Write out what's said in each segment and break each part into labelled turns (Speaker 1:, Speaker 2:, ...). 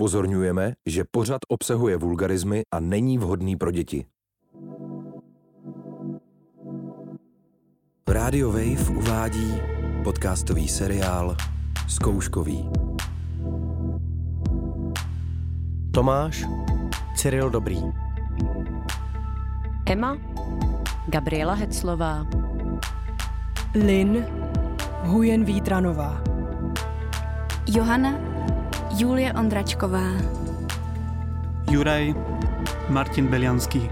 Speaker 1: Upozorňujeme, že pořad obsahuje vulgarizmy a není vhodný pro děti. Radio Wave uvádí podcastový seriál Zkouškový.
Speaker 2: Tomáš, Cyril Dobrý.
Speaker 3: Emma, Gabriela Heclová,
Speaker 4: Lin Hujen Vítranová.
Speaker 5: Johana Julie Ondračková.
Speaker 6: Juraj, Martin Belianský.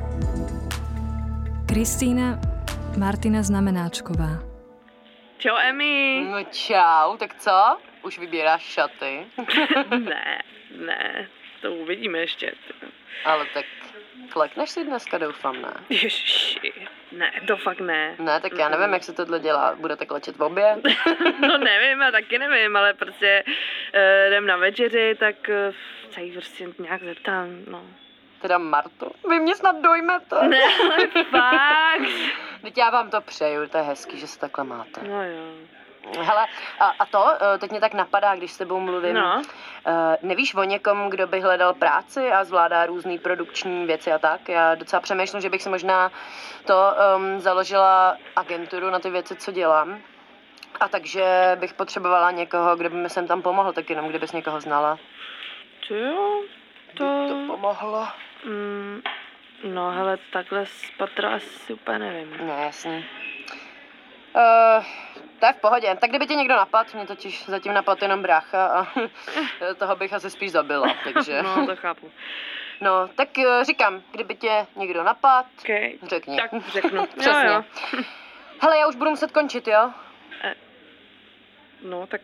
Speaker 7: Kristýna Martina Znamenáčková.
Speaker 8: Čau, Emi.
Speaker 9: No čau, tak co? Už vybíráš šaty?
Speaker 8: ne, ne, to uvidíme ještě.
Speaker 9: Ale tak klekneš si dneska, doufám, ne?
Speaker 8: Ježiši, ne, to fakt ne.
Speaker 9: Ne, tak já nevím, jak se tohle dělá. Budete klečet v obě?
Speaker 8: no nevím, já taky nevím, ale prostě eh, jdem na večeři, tak eh, se jí prostě nějak zeptám, no.
Speaker 9: Teda Martu? Vy mě snad dojmete.
Speaker 8: Ne, ale fakt.
Speaker 9: Teď já vám to přeju, to je hezký, že se takhle máte.
Speaker 8: No jo.
Speaker 9: Hele, a, a to, eh, teď mě tak napadá, když s tebou mluvím.
Speaker 8: No,
Speaker 9: Eh, Nevíš o někom, kdo by hledal práci a zvládá různé produkční věci a tak? Já docela přemýšlím, že bych si možná to um, založila agenturu na ty věci, co dělám. A takže bych potřebovala někoho, kdo by mi sem tam pomohl, tak jenom kdybys někoho znala.
Speaker 8: to jo,
Speaker 9: By
Speaker 8: to...
Speaker 9: to pomohlo.
Speaker 8: Mm, no hele, takhle z patra asi úplně nevím.
Speaker 9: Ne, jasný. Uh, to je v pohodě. Tak kdyby tě někdo napadl, mě totiž zatím napadl jenom brácha a toho bych asi spíš zabila, takže...
Speaker 8: No, to chápu.
Speaker 9: No, tak eh, říkám, kdyby tě někdo napadl,
Speaker 8: Okay.
Speaker 9: Řekni.
Speaker 8: Tak řeknu.
Speaker 9: Přesně.
Speaker 8: Jo, Eh. jo.
Speaker 9: Hele, já už budu muset končit, jo?
Speaker 8: No, tak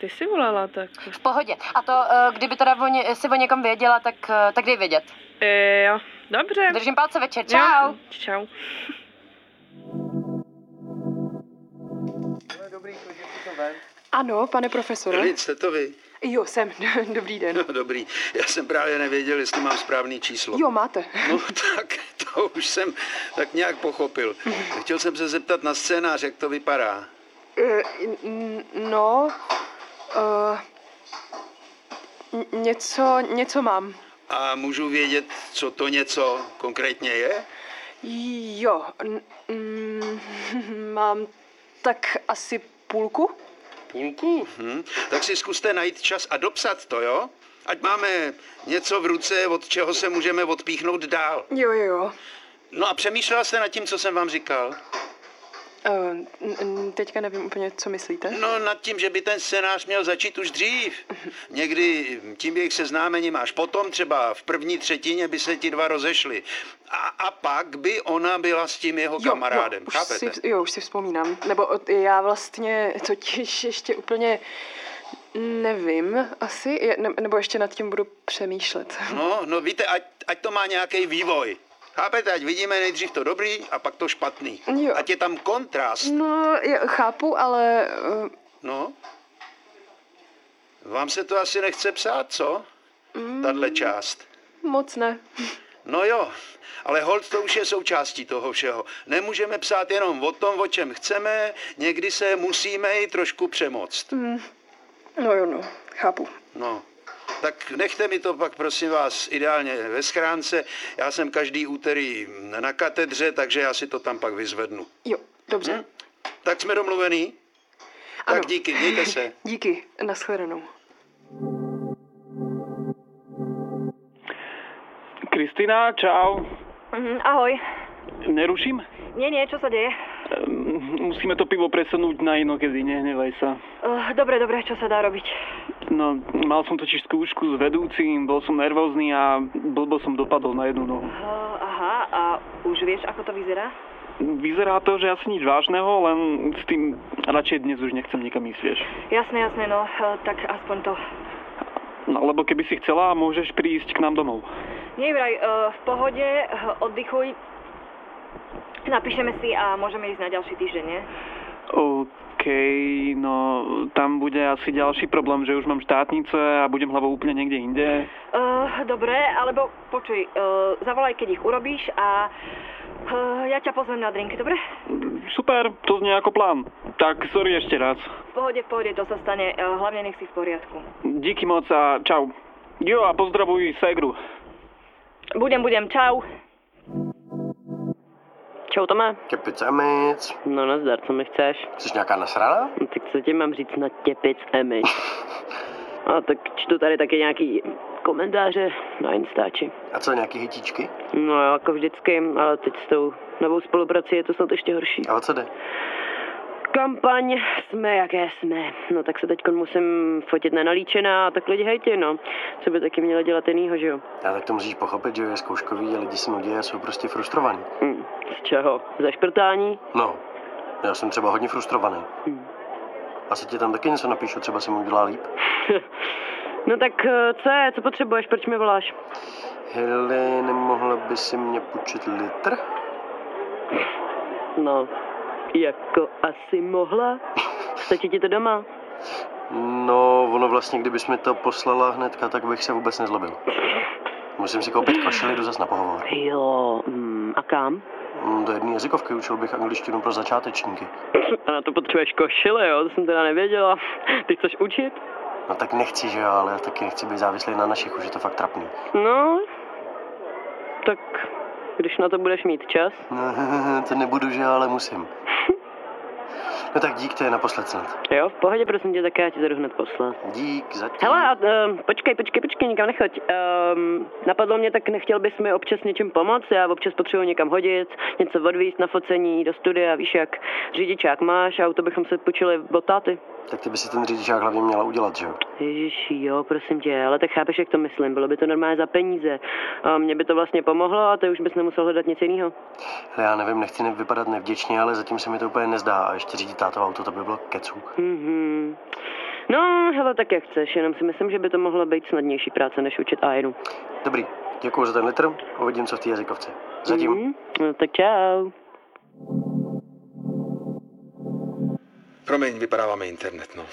Speaker 8: ty jsi volala, tak...
Speaker 9: V pohodě. A to, eh, kdyby teda o ně, si o někom věděla, tak, eh, tak dej vědět.
Speaker 8: E, jo, dobře.
Speaker 9: Držím palce večer.
Speaker 8: Jo,
Speaker 9: Čau.
Speaker 8: Čau.
Speaker 4: Ano, pane profesore.
Speaker 10: Lid, jste to vy?
Speaker 4: Jo, jsem. Dobrý den.
Speaker 10: No dobrý, já jsem právě nevěděl, jestli mám správný číslo.
Speaker 4: Jo, máte.
Speaker 10: No tak to už jsem tak nějak pochopil. Chtěl jsem se zeptat na scénář, jak to vypadá.
Speaker 4: Eh, n- No, eh, n- něco, něco mám.
Speaker 10: A můžu vědět, co to něco konkrétně je?
Speaker 4: Jo, n- mm, mám tak asi půlku.
Speaker 10: Půlku? Hm? Tak si zkuste najít čas a dopsat to, jo? Ať máme něco v ruce, od čeho se můžeme odpíchnout dál.
Speaker 4: Jo, jo, jo.
Speaker 10: No a přemýšlela jste nad tím, co jsem vám říkal?
Speaker 4: Eh, n- n- Teďka nevím úplně, co myslíte.
Speaker 10: No nad tím, že by ten scénář měl začít už dřív. Někdy tím jejich seznámením až potom, třeba v první třetině by se ti dva rozešli. A, a pak by ona byla s tím jeho kamarádem,
Speaker 4: jo, No, už
Speaker 10: chápete?
Speaker 4: Si, jo, už si vzpomínám. Nebo od- já vlastně totiž ještě úplně nevím asi, je- ne- nebo ještě nad tím budu přemýšlet.
Speaker 10: No, no víte, ať, ať to má nějaký vývoj. Chápete, ať vidíme nejdřív to dobrý a pak to špatný.
Speaker 4: Jo.
Speaker 10: Ať je tam kontrast.
Speaker 4: No, já chápu, ale eh,
Speaker 10: No. Vám se to asi nechce psát, co? Tahle
Speaker 4: Mm.
Speaker 10: část.
Speaker 4: moc ne.
Speaker 10: No jo, ale hold to už je součástí toho všeho. Nemůžeme psát jenom o tom, o čem chceme, někdy se musíme i trošku přemoct.
Speaker 4: No jo, no, chápu.
Speaker 10: No, tak nechte mi to pak, prosím vás, ideálně ve schránce. Já jsem každý úterý na katedře, takže já si to tam pak vyzvednu.
Speaker 4: Jo, dobře.
Speaker 10: Hm? Tak jsme domluvený?
Speaker 4: Ano.
Speaker 10: Tak díky, mějte se.
Speaker 4: Díky, nashledanou.
Speaker 11: Kristina, čau.
Speaker 12: Mm, Ahoj.
Speaker 11: Neruším?
Speaker 12: Nie, nie, čo sa deje?
Speaker 11: Ehm, Musíme to pivo presunúť na inokedy, nehnevaj sa.
Speaker 12: Uh, dobre, dobre, čo sa dá robiť?
Speaker 11: No, mal som totiž skúšku s vedúcim, bol som nervózny a blbo som dopadol na jednu nohu.
Speaker 12: Uh, aha, a už vieš, ako to vyzerá?
Speaker 11: Vyzerá to, že asi nič vážneho, len s tým radšej dnes už nechcem nikam ísť, vieš.
Speaker 12: Jasné, jasné, no, uh, tak aspoň to.
Speaker 11: No, lebo keby si chcela, môžeš prísť k nám domov.
Speaker 12: Nie vraj, uh, v pohode, uh, oddychuj. Napíšeme si a môžeme ísť na ďalší týždeň, nie?
Speaker 11: OK, no tam bude asi ďalší problém, že už mám štátnice a budem hlavou úplne niekde inde.
Speaker 12: Uh, dobre, alebo počuj, uh, zavolaj, keď ich urobíš a uh, ja ťa pozvem na drinky, dobre?
Speaker 11: Super, to znie ako plán. Tak sorry ešte raz.
Speaker 12: eh, V pohode, v pohode, to sa stane, uh, hlavne nech si v poriadku.
Speaker 11: Díky moc a čau. Jo a pozdravuj Segru.
Speaker 12: Budem, budem, čau. Čau, Tome.
Speaker 13: Těpic emic.
Speaker 9: No nazdar, co mi chceš?
Speaker 13: Jsi nějaká nasrada?
Speaker 9: No, tak co ti mám říct na těpic emic? A tak čtu tady taky nějaký komentáře na Instači.
Speaker 13: A co, nějaký hytičky?
Speaker 9: No jo, jako vždycky, ale teď s tou novou spoluprací je to snad ještě horší.
Speaker 13: A o co jde?
Speaker 9: Kampaň jsme, jaké jsme. No tak se teď musím fotit nenalíčená a tak lidi hejtě, no. Co by taky měla dělat jinýho, že jo?
Speaker 13: A tak to musíš pochopit, že je zkouškový a lidi se nudí a jsou prostě frustrovaní.
Speaker 9: Hm, z čeho? Za šprtání?
Speaker 13: No, já jsem třeba hodně frustrovaný.
Speaker 9: Hm.
Speaker 13: Asi ti tam taky něco napíšu, třeba se mu udělá líp.
Speaker 9: No tak eh, co je, co potřebuješ, proč mi voláš?
Speaker 13: Hele, nemohla by si mě půjčit litr?
Speaker 9: No, jako asi mohla. Stačí ti to doma?
Speaker 13: No, ono vlastně, kdybys mi to poslala hnedka, tak bych se vůbec nezlobil. Musím si koupit košili, jdu zas na pohovor.
Speaker 9: Jo, mm, a kam?
Speaker 13: Mm, Do jedné jazykovky učil bych angličtinu pro začátečníky.
Speaker 9: A na to potřebuješ košile, jo? To jsem teda nevěděla. Ty chceš učit?
Speaker 13: No tak nechci, že jo, ale já taky nechci být závislý na našich, už je to fakt trapný.
Speaker 9: No, tak když na to budeš mít čas.
Speaker 13: No, to nebudu, že jo, ale musím. No tak dík, to je naposled snad.
Speaker 9: Jo, v pohodě, prosím tě, tak já ti to jdu hned poslat.
Speaker 13: Dík, zatím.
Speaker 9: Hele, a, um, počkej, počkej, počkej, nikam nechoď. Um, napadlo mě, tak nechtěl bys mi občas něčím pomoct, já občas potřebuji někam hodit, něco odvíst na focení, do studia, víš jak, řidičák máš, auto bychom se počili od táty.
Speaker 13: Tak ty by si ten řidičák hlavně měla udělat, že jo?
Speaker 9: Ježíš, jo, prosím tě, ale tak chápeš, jak to myslím, bylo by to normálně za peníze. A mě by to vlastně pomohlo a ty už bys nemusel hledat nic jiného.
Speaker 13: Hele, já nevím, nechci ne- vypadat nevděčně, ale zatím se mi to úplně nezdá. A ještě řídit tátovo auto, to by bylo keců.
Speaker 9: Mhm. No, hele, tak jak chceš, jenom si myslím, že by to mohla být snadnější práce, než učit a jenu.
Speaker 13: Dobrý, děkuji za ten litr, uvidím, co v té jazykovce. Zatím.
Speaker 9: Mhm. No, tak čau.
Speaker 14: Promiň, vypadáváme internet, no.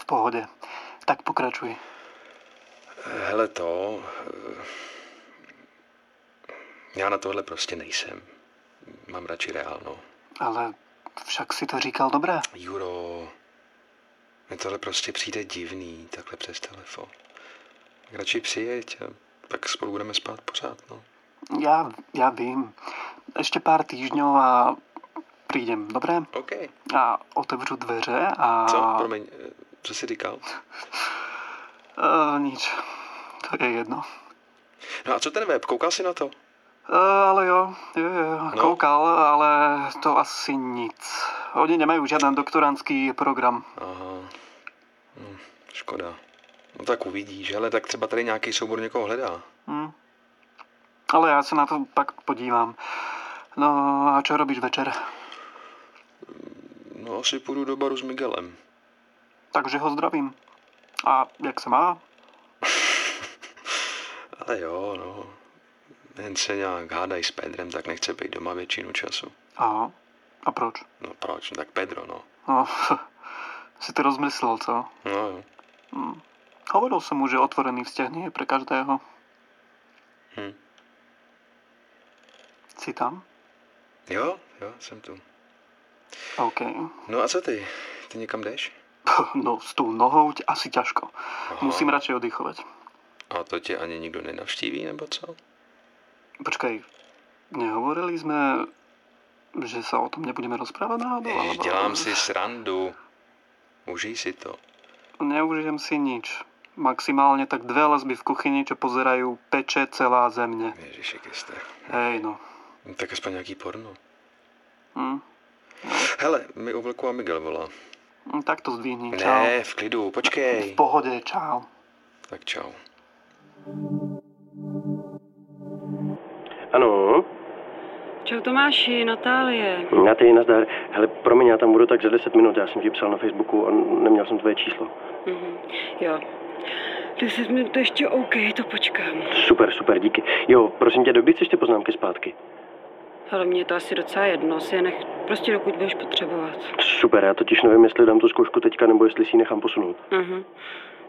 Speaker 13: V pohodě. Tak pokračuj.
Speaker 14: Hele to... eh, Já na tohle prostě nejsem. Mám radši no. reálno.
Speaker 13: Ale však si to říkal dobré.
Speaker 14: Juro, mi tohle prostě přijde divný, takhle přes telefon. Tak Radši přijeď a pak spolu budeme spát pořád, no.
Speaker 13: Já, já vím. Ještě pár týždňů a přijdem, dobré?
Speaker 14: OK.
Speaker 13: A otevřu dveře a...
Speaker 14: Co? Promiň, eh, co jsi říkal?
Speaker 13: Uh, nic. To je jedno.
Speaker 14: No a co ten web, koukal jsi na to?
Speaker 13: Uh, ale jo, jo, jo,
Speaker 14: No.
Speaker 13: koukal, ale to asi nic. Oni nemají žádný doktorantský program.
Speaker 14: Aha, no, škoda. No tak uvidíš, ale tak třeba tady nějaký soubor někoho hledá.
Speaker 13: Hm. Ale já se na to pak podívám. No a co robíš večer?
Speaker 14: No asi půjdu do baru s Miguelem.
Speaker 13: Takže ho zdravím. A jak se má?
Speaker 14: Ale jo, no. Jen se nějak hádají s Pedrem, tak nechce být doma většinu času.
Speaker 13: Aha. A proč?
Speaker 14: No proč? No, Tak Pedro, no.
Speaker 13: No, si to rozmyslel, co?
Speaker 14: No jo.
Speaker 13: Hm. Hovoril jsem mu, že otvorený vztah nie je pre každého.
Speaker 14: Hm.
Speaker 13: Jsi tam?
Speaker 14: Jo, jo, jsem tu.
Speaker 13: OK.
Speaker 14: No a co ty? Ty někam jdeš?
Speaker 13: No, s tou nohou tě asi ťažko. Musím radšej oddychovat.
Speaker 14: A to tě ani nikdo nenavštíví, nebo co?
Speaker 13: Počkej, nehovorili jsme, že se o tom nebudeme rozprávat náhodou?
Speaker 14: Ježiš, dělám si srandu. Užij si to.
Speaker 13: Neužijem si nič. Maximálně tak dve lesby v kuchyni, čo pozerajú peče celá země.
Speaker 14: Ježiši Kriste.
Speaker 13: Hej, no.
Speaker 14: No, Tak aspoň nějaký porno.
Speaker 13: Hm.
Speaker 14: Hele, mi u vlku a Miguel volá.
Speaker 13: Hm, Tak to zdvihni, čau.
Speaker 14: Ne, v klidu,
Speaker 13: V
Speaker 14: počkej.
Speaker 13: pohodě, čau.
Speaker 14: Tak čau.
Speaker 15: Ano,
Speaker 16: Čau Tomáši, Natálie.
Speaker 15: na ty nazdar. Hele, promiň, já tam budu tak za 10 minut, já jsem ti psal na Facebooku a neměl jsem tvoje číslo.
Speaker 16: Mhm. Jo. 10 minut ještě OK, to počkám.
Speaker 15: Super, super, díky. Jo, prosím tě, dokdy chceš ty poznámky zpátky?
Speaker 16: Ale mě je to asi docela jedno, si je nech prostě dokud budeš potřebovat.
Speaker 15: Super, já totiž nevím, jestli dám tu zkoušku teďka, nebo jestli si ji nechám posunout.
Speaker 16: Mhm.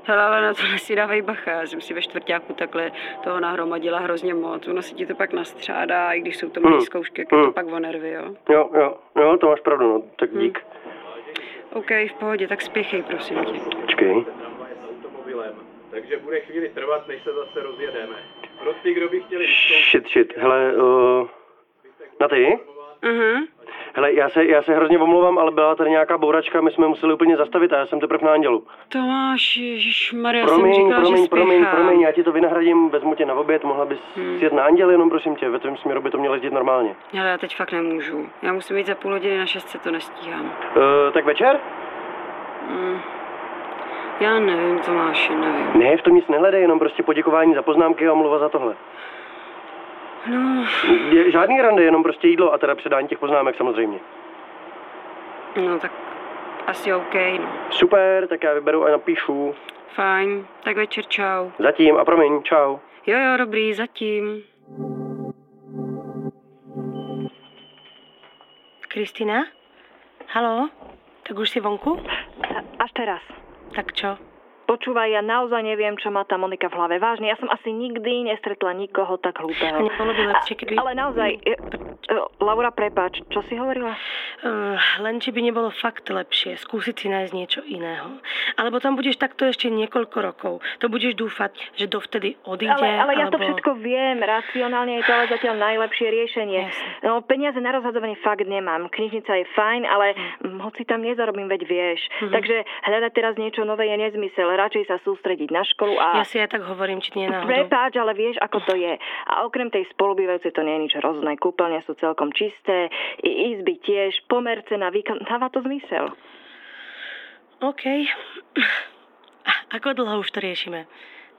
Speaker 16: Hele, ale na tohle si dávej bacha, já jsem si ve čtvrtáku takhle toho nahromadila hrozně moc. Ono se ti to pak nastřádá, i když jsou to malé
Speaker 15: Mm.
Speaker 16: zkoušky, jak je to
Speaker 15: Mm.
Speaker 16: pak o nervy, jo.
Speaker 15: Jo, jo, jo, to máš pravdu, no, tak dík.
Speaker 16: OK, v pohodě, tak spěchej, prosím tě.
Speaker 15: Počkej.
Speaker 17: takže bude chvíli trvat, než se zase rozjedeme. Pro ty, kdo by chtěli vystoupit,
Speaker 15: Shit, shit, hele, uh, na ty?
Speaker 16: Mhm.
Speaker 15: Hele, já se, já se hrozně omlouvám, ale byla tady nějaká bouračka, my jsme museli úplně zastavit a já jsem teprve na andělu.
Speaker 16: Tomáš, ježišmarja,
Speaker 15: promiň,
Speaker 16: jsem říkala,
Speaker 15: promiň,
Speaker 16: že
Speaker 15: promiň,
Speaker 16: spěchám.
Speaker 15: promiň, já ti to vynahradím, vezmu tě na oběd, mohla bys hmm. jet na anděl jenom, prosím tě, ve tvém směru by to mělo jezdit normálně.
Speaker 16: Hele, já teď fakt nemůžu. Já musím jít za půl hodiny na šestce, to nestíhám.
Speaker 15: Uh, tak večer?
Speaker 16: Mm. Já nevím, Tomáši, nevím.
Speaker 15: Ne, v tom nic nehledej, jenom prostě poděkování za poznámky a omluva za tohle.
Speaker 16: No,
Speaker 15: Je, žádný rande, jenom prostě jídlo a teda předání těch poznámek samozřejmě.
Speaker 16: no tak asi OK, no.
Speaker 15: Super, tak já vyberu a napíšu.
Speaker 16: Fajn, tak večer čau.
Speaker 15: Zatím a promiň, čau.
Speaker 16: Jo, jo, dobrý, zatím.
Speaker 18: Kristina? Halo? Tak už si vonku?
Speaker 12: Až teraz.
Speaker 18: Tak čo?
Speaker 12: Počúvaj, ja naozaj neviem, čo má tá Monika v hlave. Vážne, ja som asi nikdy nestretla nikoho tak
Speaker 18: A
Speaker 12: hlúpeho.
Speaker 18: nebolo by lepšie, keby...
Speaker 12: Ale naozaj, e, e, Laura, prepáč, čo si hovorila?
Speaker 18: Eh, Len či by nebolo fakt lepšie skúsiť si nájsť niečo iného. Alebo tam budeš takto ešte niekoľko rokov. To budeš dúfať, že dovtedy odíde,
Speaker 12: ale, ale ja
Speaker 18: alebo...
Speaker 12: to všetko viem, racionálne je to ale zatiaľ najlepšie riešenie. No, peniaze na rozhadzovanie fakt nemám. Knižnica je fajn, ale hm, hoci tam nezarobím, veď vieš.
Speaker 18: Mhm.
Speaker 12: Takže hľadať teraz niečo nové je nezmysel. Radšej sa sústrediť na školu a...
Speaker 18: Ja si aj tak hovorím, či nie náhodou.
Speaker 12: Prepáč, ale vieš, ako to je. A okrem tej spolubývajúcej to nie je nič hrozné. Kúpeľne sú celkom čisté, i izby tiež, pomerce na víkend. Dáva to zmysel.
Speaker 18: OK. Ako dlho už to riešime?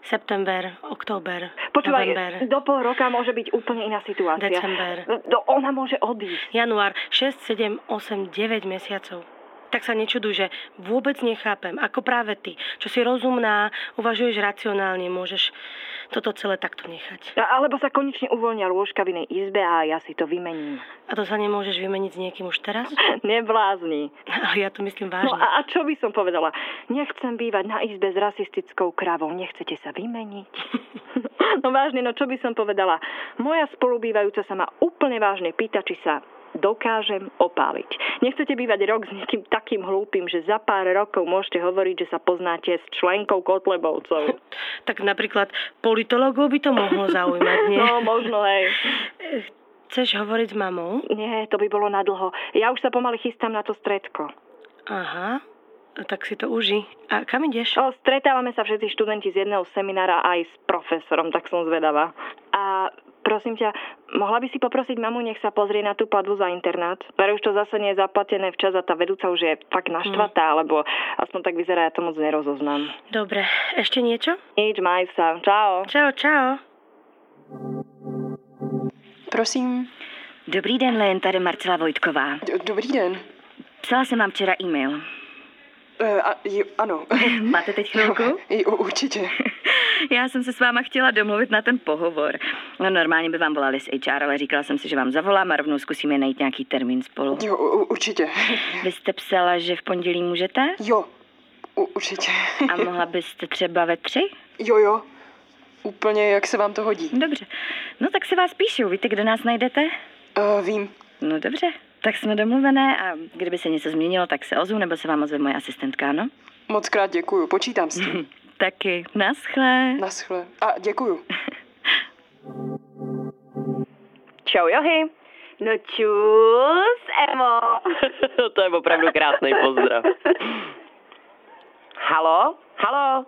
Speaker 18: September, október, november.
Speaker 12: Počúvaj, do pol roka môže byť úplne iná situácia.
Speaker 18: December.
Speaker 12: No, ona môže odísť.
Speaker 18: Január 6, 7, 8, 9 mesiacov. Tak sa nečuduj, že vôbec nechápem, ako práve ty, čo si rozumná, uvažuješ racionálne, môžeš toto celé takto nechať.
Speaker 12: A- Alebo sa konečne uvoľnia lôžka v inej izbe a ja si to vymením.
Speaker 18: A to sa nemôžeš vymeniť s niekým už teraz?
Speaker 12: Neblázni.
Speaker 18: Ale ja to myslím vážne.
Speaker 12: No a, a čo by som povedala? Nechcem bývať na izbe s rasistickou kravou. Nechcete sa vymeniť? no vážne, no čo by som povedala? Moja spolubývajúca sa ma úplne vážne pýta, či sa dokážem opáliť. Nechcete bývať rok s niekým takým hlúpým, že za pár rokov môžete hovoriť, že sa poznáte s členkou Kotlebovcov.
Speaker 18: Tak napríklad politologov by to mohlo zaujímať, nie?
Speaker 12: No, možno, hej.
Speaker 18: Chceš hovoriť s mamou?
Speaker 12: Nie, to by bolo na dlho. Ja už sa pomaly chystám na to stredko.
Speaker 18: Aha, tak si to uži. A kam ideš?
Speaker 12: O, stretávame sa všetci študenti z jedného seminára aj s profesorom, tak som zvedavá. A prosím ťa, mohla by si poprosiť mamu, nech sa pozrie na tú platbu za internát? Veru, už to zase nie je zaplatené včas a tá vedúca už je fakt
Speaker 18: Mm.
Speaker 12: naštvatá, alebo aspoň tak vyzerá, ja to moc nerozoznám.
Speaker 18: Dobre, ešte niečo?
Speaker 12: Nič, maj sa. Čau.
Speaker 18: Čau, čau.
Speaker 4: Prosím.
Speaker 19: Dobrý den, Len, tady Marcela Vojtková.
Speaker 4: Dobrý den.
Speaker 19: Psala jsem vám včera e-mail.
Speaker 4: Eh, a, jo, ano.
Speaker 19: Máte teď chvilku?
Speaker 4: Jo, určitě.
Speaker 19: Já jsem se s váma chtěla domluvit na ten pohovor. No, normálně by vám volali z HR, ale říkala jsem si, že vám zavolám a rovnou zkusíme najít nějaký termín spolu.
Speaker 4: Jo, u- u- určitě.
Speaker 19: Vy jste psala, že v pondělí můžete?
Speaker 4: Jo, u- určitě.
Speaker 19: A mohla byste třeba ve tři?
Speaker 4: Jo, jo. Úplně, jak se vám to hodí.
Speaker 19: Dobře. No tak se vás píšu. Víte, kde nás najdete?
Speaker 4: Uh, vím.
Speaker 19: No dobře. Tak jsme domluvené a kdyby se něco změnilo, tak se ozvu nebo se vám ozve moje asistentka, ano?
Speaker 4: Moc krát děkuju, počítám s tím.
Speaker 19: Taky. Naschle.
Speaker 4: Naschle. A děkuju.
Speaker 5: Čau, Johy. No čus, Emo.
Speaker 20: to je opravdu krásný pozdrav.
Speaker 5: Halo? Halo?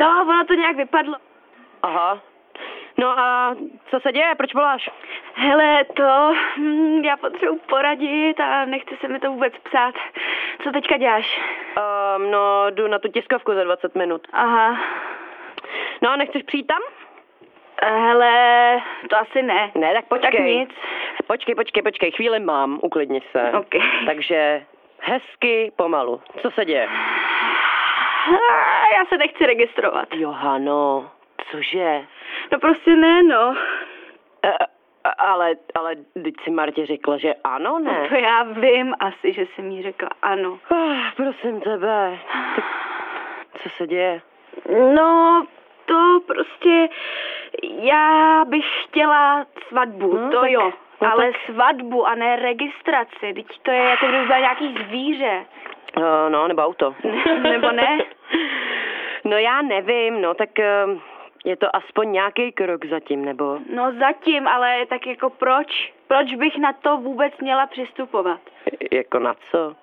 Speaker 5: No, ono to nějak vypadlo. Aha. No a co se děje? Proč voláš? Hele, to... hm, Já potřebuji poradit a nechce se mi to vůbec psát. Co teďka děláš?
Speaker 21: Um, no, jdu na tu tiskovku za 20 minut.
Speaker 5: Aha.
Speaker 21: No, nechceš přijít tam?
Speaker 5: Hele, to asi ne.
Speaker 21: Ne, tak počkej.
Speaker 5: Tak nic.
Speaker 21: Počkej, počkej, počkej, chvíli mám, uklidni se.
Speaker 5: Ok.
Speaker 21: Takže hezky, pomalu. Co se děje?
Speaker 5: Ah, Já se nechci registrovat.
Speaker 21: Johano, cože?
Speaker 5: No prostě ne, no.
Speaker 21: A- Ale, ale, teď si Martě řekla, že ano, ne?
Speaker 5: No To já vím asi, že jsem jí řekla ano.
Speaker 21: Ah, prosím tebe, tak co se děje?
Speaker 5: No, to prostě, já bych chtěla svatbu,
Speaker 21: No,
Speaker 5: no, to
Speaker 21: tak-
Speaker 5: jo.
Speaker 21: no,
Speaker 5: ale
Speaker 21: tak-
Speaker 5: svatbu a ne registraci, teď to je
Speaker 21: E,
Speaker 5: jako kdyby byla nějaký zvíře.
Speaker 21: Uh, no, nebo auto.
Speaker 5: Nebo ne?
Speaker 20: No já nevím, no tak ehm, je to aspoň nějaký krok zatím, nebo...
Speaker 5: No zatím, ale tak jako proč? Proč bych na to vůbec měla přistupovat?
Speaker 20: Jako na co?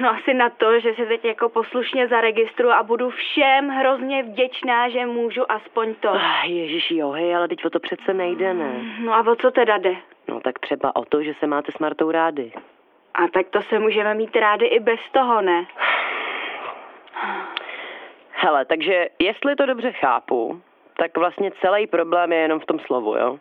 Speaker 5: No asi na to, že se teď jako poslušně zaregistruju a budu všem hrozně vděčná, že můžu aspoň to.
Speaker 20: Ah, Ježíš jo, hej, ale teď o to přece nejde, ne?
Speaker 5: No a o co teda jde?
Speaker 20: No tak třeba o to, že se máte s Martou rády.
Speaker 5: A tak to se můžeme mít rádi i bez toho, ne?
Speaker 20: Hele, takže jestli to dobře chápu, tak vlastně celý problém je jenom v tom slovu, jo?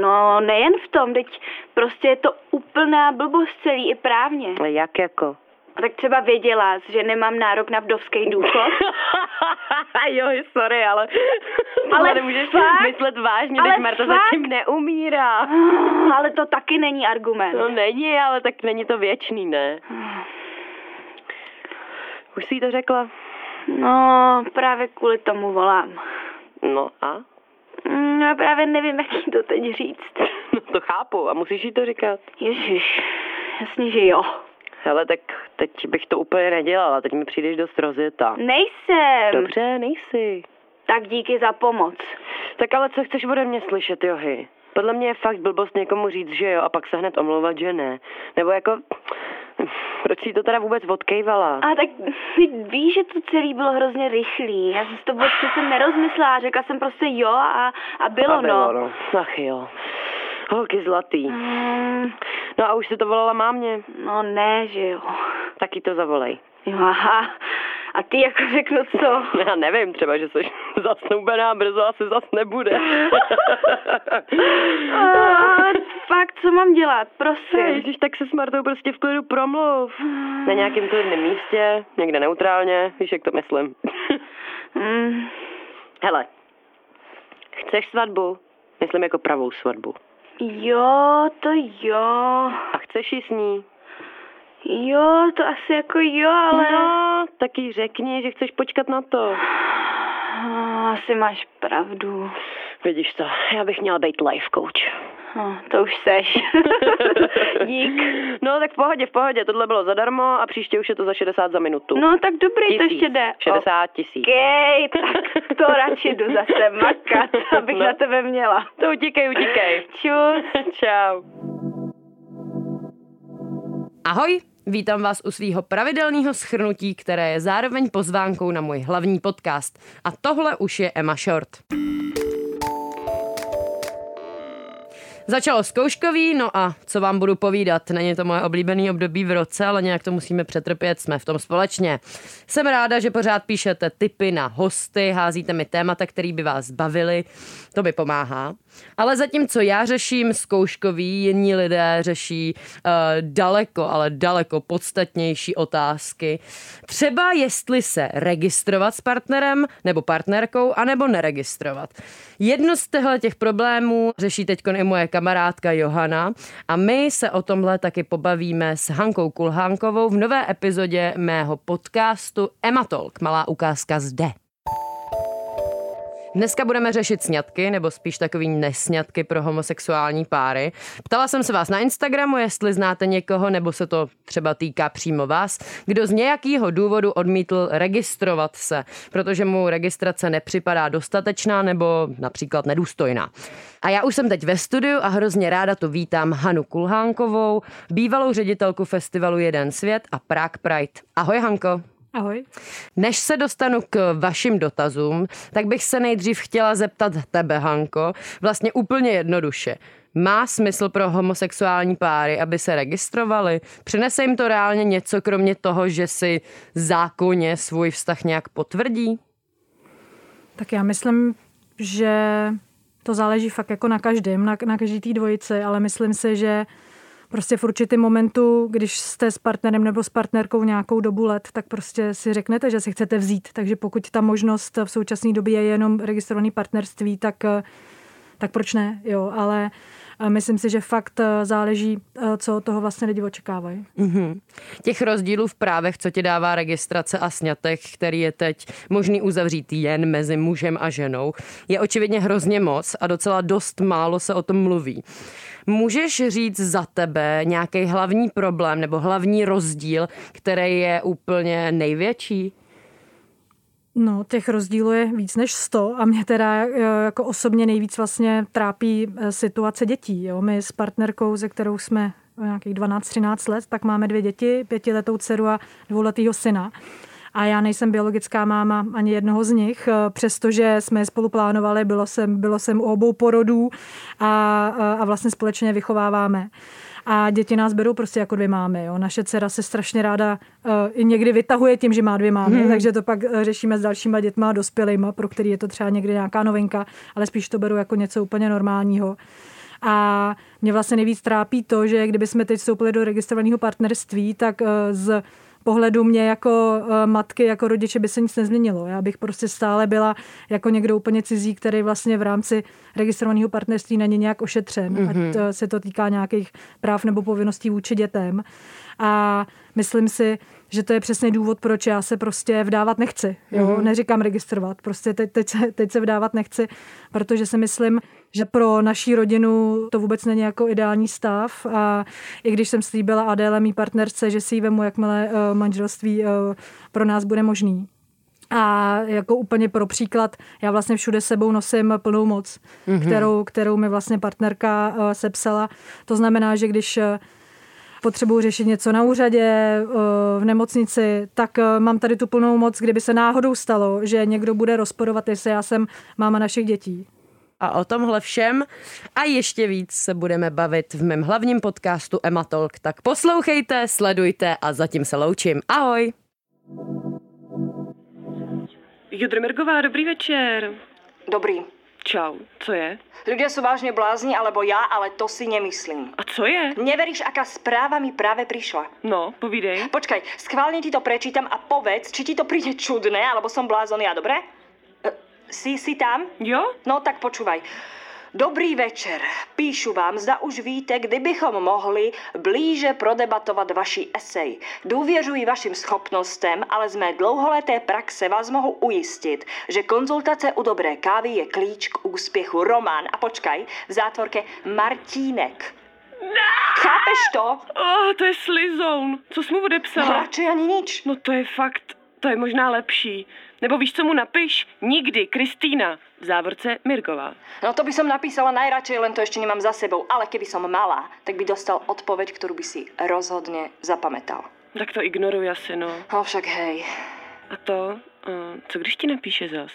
Speaker 5: No nejen v tom, teď prostě je to úplná blbost celý i právně.
Speaker 20: Ale jak jako?
Speaker 5: A tak třeba věděla, jsi, že nemám nárok na vdovský důchod?
Speaker 20: jo, sorry, ale...
Speaker 5: Ale
Speaker 20: nemůžeš
Speaker 5: fakt?
Speaker 20: myslet vážně,
Speaker 5: Ale
Speaker 20: teď Marta
Speaker 5: fakt? Ah,
Speaker 20: zatím neumírá.
Speaker 5: Ale to taky není argument.
Speaker 20: No není, ale tak není to věčný, ne? Už jsi jí to řekla?
Speaker 5: No, právě kvůli tomu volám.
Speaker 20: No a?
Speaker 5: Mm, já právě nevím, jak jí to teď říct.
Speaker 20: No to chápu a musíš jí to říkat.
Speaker 5: Ježiš, jasně, že jo.
Speaker 20: Hele, tak teď bych to úplně nedělala, teď mi přijdeš dost rozjetá.
Speaker 5: Nejsem.
Speaker 20: Dobře, nejsi.
Speaker 5: Tak díky za pomoc.
Speaker 20: Tak ale co chceš ode mě slyšet, Johy? Podle mě je fakt blbost někomu říct, že jo, a pak se hned omlouvat, že ne. Nebo jako, proč jsi to teda vůbec odkejvala?
Speaker 5: A tak teď víš, že to celý bylo hrozně rychlý. Já jsem si to vůbec přece nerozmyslela, řekla jsem prostě jo a, a bylo,
Speaker 20: a bylo
Speaker 5: no.
Speaker 20: no. Ach jo, holky zlatý.
Speaker 5: Mm,
Speaker 20: No a už jsi to volala mámě?
Speaker 5: no ne, že jo.
Speaker 20: Tak jí to zavolej.
Speaker 5: Jo, aha. A ty jako řeknu co?
Speaker 20: Já nevím, třeba, že jsi zasnoubená, brzo asi zas nebude.
Speaker 5: A, fakt, co mám dělat, prosím.
Speaker 20: Ježíš, tak se s Martou prostě v klidu promluv. Na nějakém klidném místě, někde neutrálně, víš, jak to myslím.
Speaker 5: Mm,
Speaker 20: Hele, chceš svatbu? Myslím jako pravou svatbu.
Speaker 5: jo, to jo.
Speaker 20: A chceš ji s ní?
Speaker 5: Jo, to asi jako jo, ale...
Speaker 20: No, tak jí řekni, že chceš počkat na to.
Speaker 5: Ah, asi máš pravdu.
Speaker 20: Vidíš to, já bych měla být life coach.
Speaker 5: Ah, to už seš. Dík.
Speaker 20: No tak v pohodě, v pohodě, tohle bylo zadarmo a příště už je to za 60 za minutu.
Speaker 5: No tak dobrý, to
Speaker 20: Tisíc.
Speaker 5: ještě jde.
Speaker 20: 60 tisíc.
Speaker 5: Okej, tak to radši jdu zase makat, abych
Speaker 20: No.
Speaker 5: na tebe měla.
Speaker 20: To utíkej, utíkej.
Speaker 5: Čus.
Speaker 20: Čau.
Speaker 9: Ahoj, vítám vás u svého pravidelného schrnutí, které je zároveň pozvánkou na můj hlavní podcast. A tohle už je Emma Short. Začalo zkouškový, no a co vám budu povídat? Není to moje oblíbené období v roce, ale nějak to musíme přetrpět, jsme v tom společně. Jsem ráda, že pořád píšete tipy na hosty, házíte mi témata, který by vás bavily, to mi pomáhá. Ale zatímco já řeším zkouškový, jiní lidé řeší uh, daleko, ale daleko podstatnější otázky. Třeba jestli se registrovat s partnerem nebo partnerkou, anebo neregistrovat. Jedno z těchto těch problémů řeší teď i moje kamarádka Johana a my se o tomhle taky pobavíme s Hankou Kulhánkovou v nové epizodě mého podcastu Ematolk. Malá ukázka zde. Dneska budeme řešit sňatky, nebo spíš takový nesňatky pro homosexuální páry. Ptala jsem se vás na Instagramu, jestli znáte někoho, nebo se to třeba týká přímo vás, kdo z nějakého důvodu odmítl registrovat se, protože mu registrace nepřipadá dostatečná nebo například nedůstojná. A já už jsem teď ve studiu a hrozně ráda tu vítám Hanu Kulhánkovou, bývalou ředitelku festivalu Jeden svět a Prague Pride. Ahoj Hanko.
Speaker 22: Ahoj.
Speaker 9: Než se dostanu k vašim dotazům, tak bych se nejdřív chtěla zeptat tebe, Hanko, vlastně úplně jednoduše. Má smysl pro homosexuální páry, aby se registrovali? Přinese jim to reálně něco, kromě toho, že si zákonně svůj vztah nějak potvrdí?
Speaker 22: Tak já myslím, že to záleží fakt jako na každém, na, na každý té dvojici, ale myslím si, že prostě v určitém momentu, když jste s partnerem nebo s partnerkou nějakou dobu let, tak prostě si řeknete, že si chcete vzít. Takže pokud ta možnost v současné době je jenom registrovaný partnerství, tak eh, tak proč ne, jo, ale eh, myslím si, že fakt eh, záleží, eh, co od toho vlastně lidi očekávají.
Speaker 9: Mhm. Těch rozdílů v právech, co ti dává registrace a sňatek, který je teď možný uzavřít jen mezi mužem a ženou, je očividně hrozně moc a docela dost málo se o tom mluví. Můžeš říct za tebe nějaký hlavní problém nebo hlavní rozdíl, který je úplně největší?
Speaker 22: No, těch rozdílů je víc než 100 a mě teda eh, jako osobně nejvíc vlastně trápí eh, situace dětí. Jo. My s partnerkou, ze kterou jsme nějakých 12-13 let, tak máme dvě děti, pětiletou dceru a dvouletýho syna. A já nejsem biologická máma ani jednoho z nich, eh, přestože jsme je spolu plánovali, bylo jsem, bylo jsem u obou porodů a, a vlastně společně je vychováváme a děti nás berou prostě jako dvě mámy. Jo. Naše dcera se strašně ráda uh, i někdy vytahuje tím, že má dvě mámy,
Speaker 4: Mhm.
Speaker 22: hmm. takže to pak eh, řešíme s dalšíma dětma a dospělejma, pro který je to třeba někdy nějaká novinka, ale spíš to beru jako něco úplně normálního. A mě vlastně nejvíc trápí to, že kdyby jsme teď vstoupili do registrovaného partnerství, tak eh, z pohledu mě jako eh, matky, jako rodiče by se nic nezměnilo. Já bych prostě stále byla jako někdo úplně cizí, který vlastně v rámci registrovaného partnerství není nějak ošetřen,
Speaker 4: Mhm.
Speaker 22: mm-hmm. ať eh, se to týká nějakých práv nebo povinností vůči dětem. A myslím si, že to je přesně důvod, proč já se prostě vdávat nechci. Jo?
Speaker 4: Mhm.
Speaker 22: Mm-hmm. Neříkám registrovat, prostě teď, teď, se, teď se vdávat nechci, protože si myslím, že pro naší rodinu to vůbec není jako ideální stav. A i když jsem slíbila Adéle, mý partnerce, že si ji vemu, jakmile eh, manželství eh, pro nás bude možný. A jako úplně pro příklad, já vlastně všude sebou nosím plnou moc,
Speaker 4: Mhm.
Speaker 22: mm-hmm. kterou, kterou mi vlastně partnerka eh, sepsala. To znamená, že když eh, potřebuji řešit něco na úřadě, eh, v nemocnici, tak eh, mám tady tu plnou moc, kdyby se náhodou stalo, že někdo bude rozporovat, jestli já jsem máma našich dětí.
Speaker 23: A o tomhle všem a ještě víc se budeme bavit v mém hlavním podcastu Emma Talk. Tak poslouchejte, sledujte a zatím se loučím. Ahoj!
Speaker 24: Judromirgová, dobrý večer.
Speaker 12: Dobrý.
Speaker 24: Čau, co je?
Speaker 12: Ľudia sú vážne blázni, alebo ja, ale to si nemyslím.
Speaker 24: A co je?
Speaker 12: Neveríš, aká správa mi práve prišla.
Speaker 24: No, povídej.
Speaker 12: Počkaj, schválne ti to prečítam a povedz, či ti to príde čudné, alebo som blázon ja, dobre? E, Si, si tam?
Speaker 24: Jo?
Speaker 12: No tak počúvaj. Dobrý večer. Píšu vám, zda už víte, kdybychom mohli blíže prodebatovat vaši esej. Důvěřuji vašim schopnostem, ale z mé dlouholeté praxe vás mohu ujistit, že konzultace u dobré kávy je klíč k úspěchu. Román, a počkaj, v zátvorke Martínek. Chápeš to?
Speaker 24: Oh, to je slizoun. Co jsi mu odepsala?
Speaker 12: No, radši ani nič.
Speaker 24: No to je fakt, to je možná lepší. Nebo víš, co mu napiš? Nikdy, Kristýna. V závorce Mirgová.
Speaker 12: No to by som napísala najradšej, len to ešte nemám za sebou. Ale keby som mala, tak by dostal odpoveď, ktorú by si rozhodne zapamätal.
Speaker 24: Tak to ignoruj asi, no.
Speaker 12: No však hej.
Speaker 24: A to, eh, co když ti napíše zas?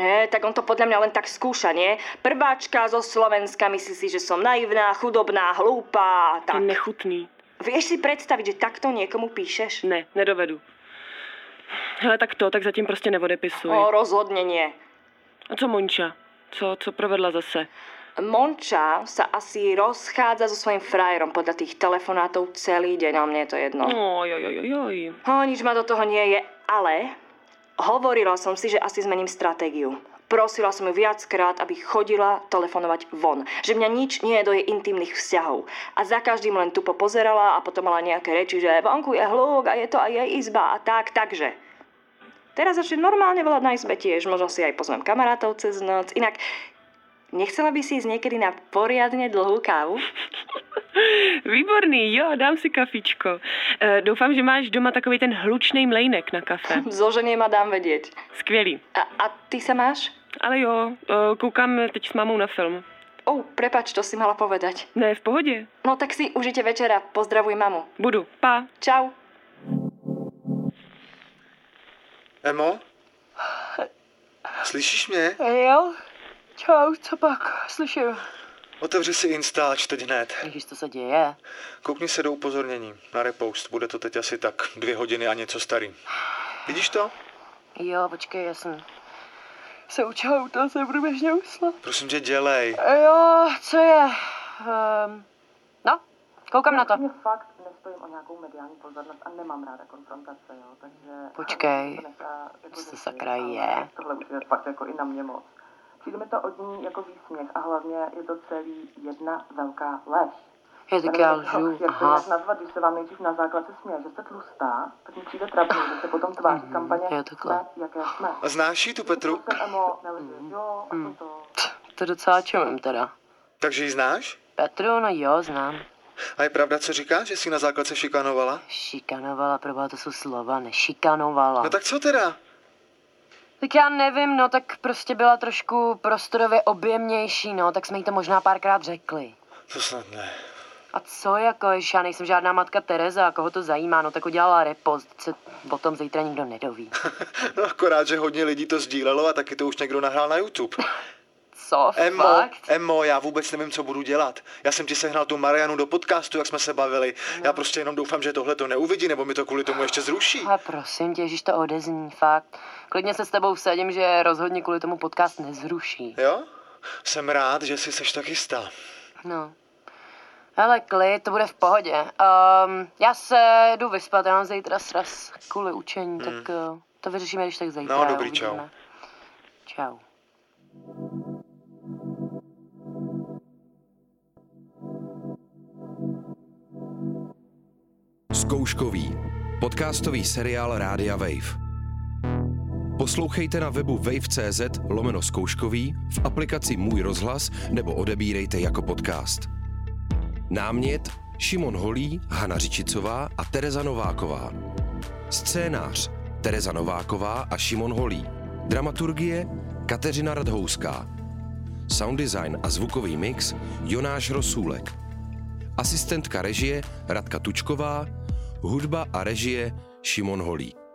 Speaker 12: E, tak on to podľa mňa len tak skúša, nie? Prváčka zo Slovenska myslí si, že som naivná, chudobná, hlúpa a tak.
Speaker 24: nechutný.
Speaker 12: Vieš si predstaviť, že takto niekomu píšeš?
Speaker 24: Ne, nedovedu. Hele, tak to, tak zatím prostě neodepisuj.
Speaker 12: O, rozhodne nie.
Speaker 24: A co Monča? Co, co provedla zase?
Speaker 12: Monča sa asi rozchádza so svojím frajerom podľa tých telefonátov celý deň, a mne je to jedno.
Speaker 24: No, jo, jo, jo, jo.
Speaker 12: O, No, nič ma do toho nie je, ale hovorila som si, že asi zmením stratégiu. Prosila som ju viackrát, aby chodila telefonovať von. Že mňa nič nie je do jej intimných vzťahov. A za každým len tupo pozerala a potom mala nejaké reči, že vonku je hluk a je to aj jej izba a tak, takže. Teraz začne normálne volať na izbe tiež, možno si aj poznám kamarátov cez noc. Inak, nechcela by si ísť niekedy na poriadne dlhú kávu?
Speaker 24: Výborný, jo, dám si kafičko. E, doufám, že máš doma takový ten hlučný mlejnek na kafe.
Speaker 12: Zloženie ma dám vedieť.
Speaker 24: Skvělý.
Speaker 12: A, a ty sa máš?
Speaker 24: Ale jo, e, koukám teď s mámou na film.
Speaker 12: Oh, prepač, to si mala povedať.
Speaker 24: Ne, v pohodě.
Speaker 12: No tak si užite večera. Pozdravuj mamu.
Speaker 24: Budu. Pa.
Speaker 12: Čau.
Speaker 21: Emo? Slyšíš mě?
Speaker 9: Jo? Čau, co pak? Slyším.
Speaker 21: Otevři si Insta a čte hned.
Speaker 9: Ježíš, to se děje.
Speaker 21: Koukni se do upozornění na repost. Bude to teď asi tak dvě hodiny a něco starý. Vidíš to?
Speaker 9: Jo, počkej, já jsem se učila u toho, jsem průběžně usla.
Speaker 21: Prosím tě, dělej.
Speaker 9: Jo, co je? Um, no, koukám na to.
Speaker 12: Fakt nestojím o nějakou mediální pozornost a nemám ráda konfrontace, jo, takže...
Speaker 9: Počkej,
Speaker 12: co
Speaker 9: se sakra je?
Speaker 12: Tohle už je fakt jako i na mě moc. Přijde mi to od ní jako výsměch a hlavně je to celý jedna velká lež.
Speaker 9: Je, tak
Speaker 12: Nevím,
Speaker 9: já
Speaker 12: jak to-
Speaker 9: lžu,
Speaker 12: Jak to
Speaker 9: aha.
Speaker 12: jinak nazvat, když se vám nejdřív na základce směje, že jste tlustá, tak mi přijde trapný, že se potom tváří kampaně,
Speaker 9: Mhm, Jo, takhle. Mhm.
Speaker 12: jsme, jaké jsme.
Speaker 21: A znáš jí tu Petru?
Speaker 12: Jsem emo, nelžu, jo, a to.
Speaker 9: To docela čumím teda.
Speaker 21: Takže ji znáš?
Speaker 9: Petru, no jo, znám.
Speaker 21: A je pravda, co říkáš, že jsi na základce šikanovala?
Speaker 9: Šikanovala, proboha, to jsou slova, nešikanovala.
Speaker 21: No tak co teda?
Speaker 9: Tak já nevím, no, tak prostě byla trošku prostorově objemnější, no, tak jsme jí to možná párkrát řekli.
Speaker 21: To snad ne.
Speaker 9: A co, jako, jež já nejsem žádná matka Tereza, a koho to zajímá, no, tak udělala repost, se o tom zítra nikdo nedoví.
Speaker 21: No akorát, že hodně lidí to sdílelo a taky to už někdo nahrál na YouTube.
Speaker 9: Co,
Speaker 21: Emo,
Speaker 9: fakt?
Speaker 21: Emo, já vůbec nevím, co budu dělat. Já jsem ti sehnal tu Marianu do podcastu, jak jsme se bavili. No. Já prostě jenom doufám, že tohle to neuvidí, nebo mi to kvůli tomu ještě zruší.
Speaker 9: A prosím tě, ježiš, to odezní, fakt. Klidně se s tebou vsadím, že rozhodně kvůli tomu podcast nezruší.
Speaker 21: Jo? Jsem rád, že jsi seš tak jistá.
Speaker 9: No. Ale klid, to bude v pohodě. Um, já se jdu vyspat, já mám zítra sraz kvůli učení,
Speaker 21: Hmm.
Speaker 9: tak uh, to vyřešíme, když tak zítra.
Speaker 21: No, dobrý, čau.
Speaker 9: uvidíme. Čau.
Speaker 1: Zkouškový. Podcastový seriál Rádia Wave. Poslouchejte na webu wave.cz lomeno zkouškový, v aplikaci Můj rozhlas nebo odebírejte jako podcast. Námět Šimon Holí, Hana Řičicová a Tereza Nováková. Scénář Tereza Nováková a Šimon Holí. Dramaturgie Kateřina Radhouská. Sound design a zvukový mix Jonáš Rosůlek. Asistentka režie Radka Tučková, hudba a režie Šimon Holík.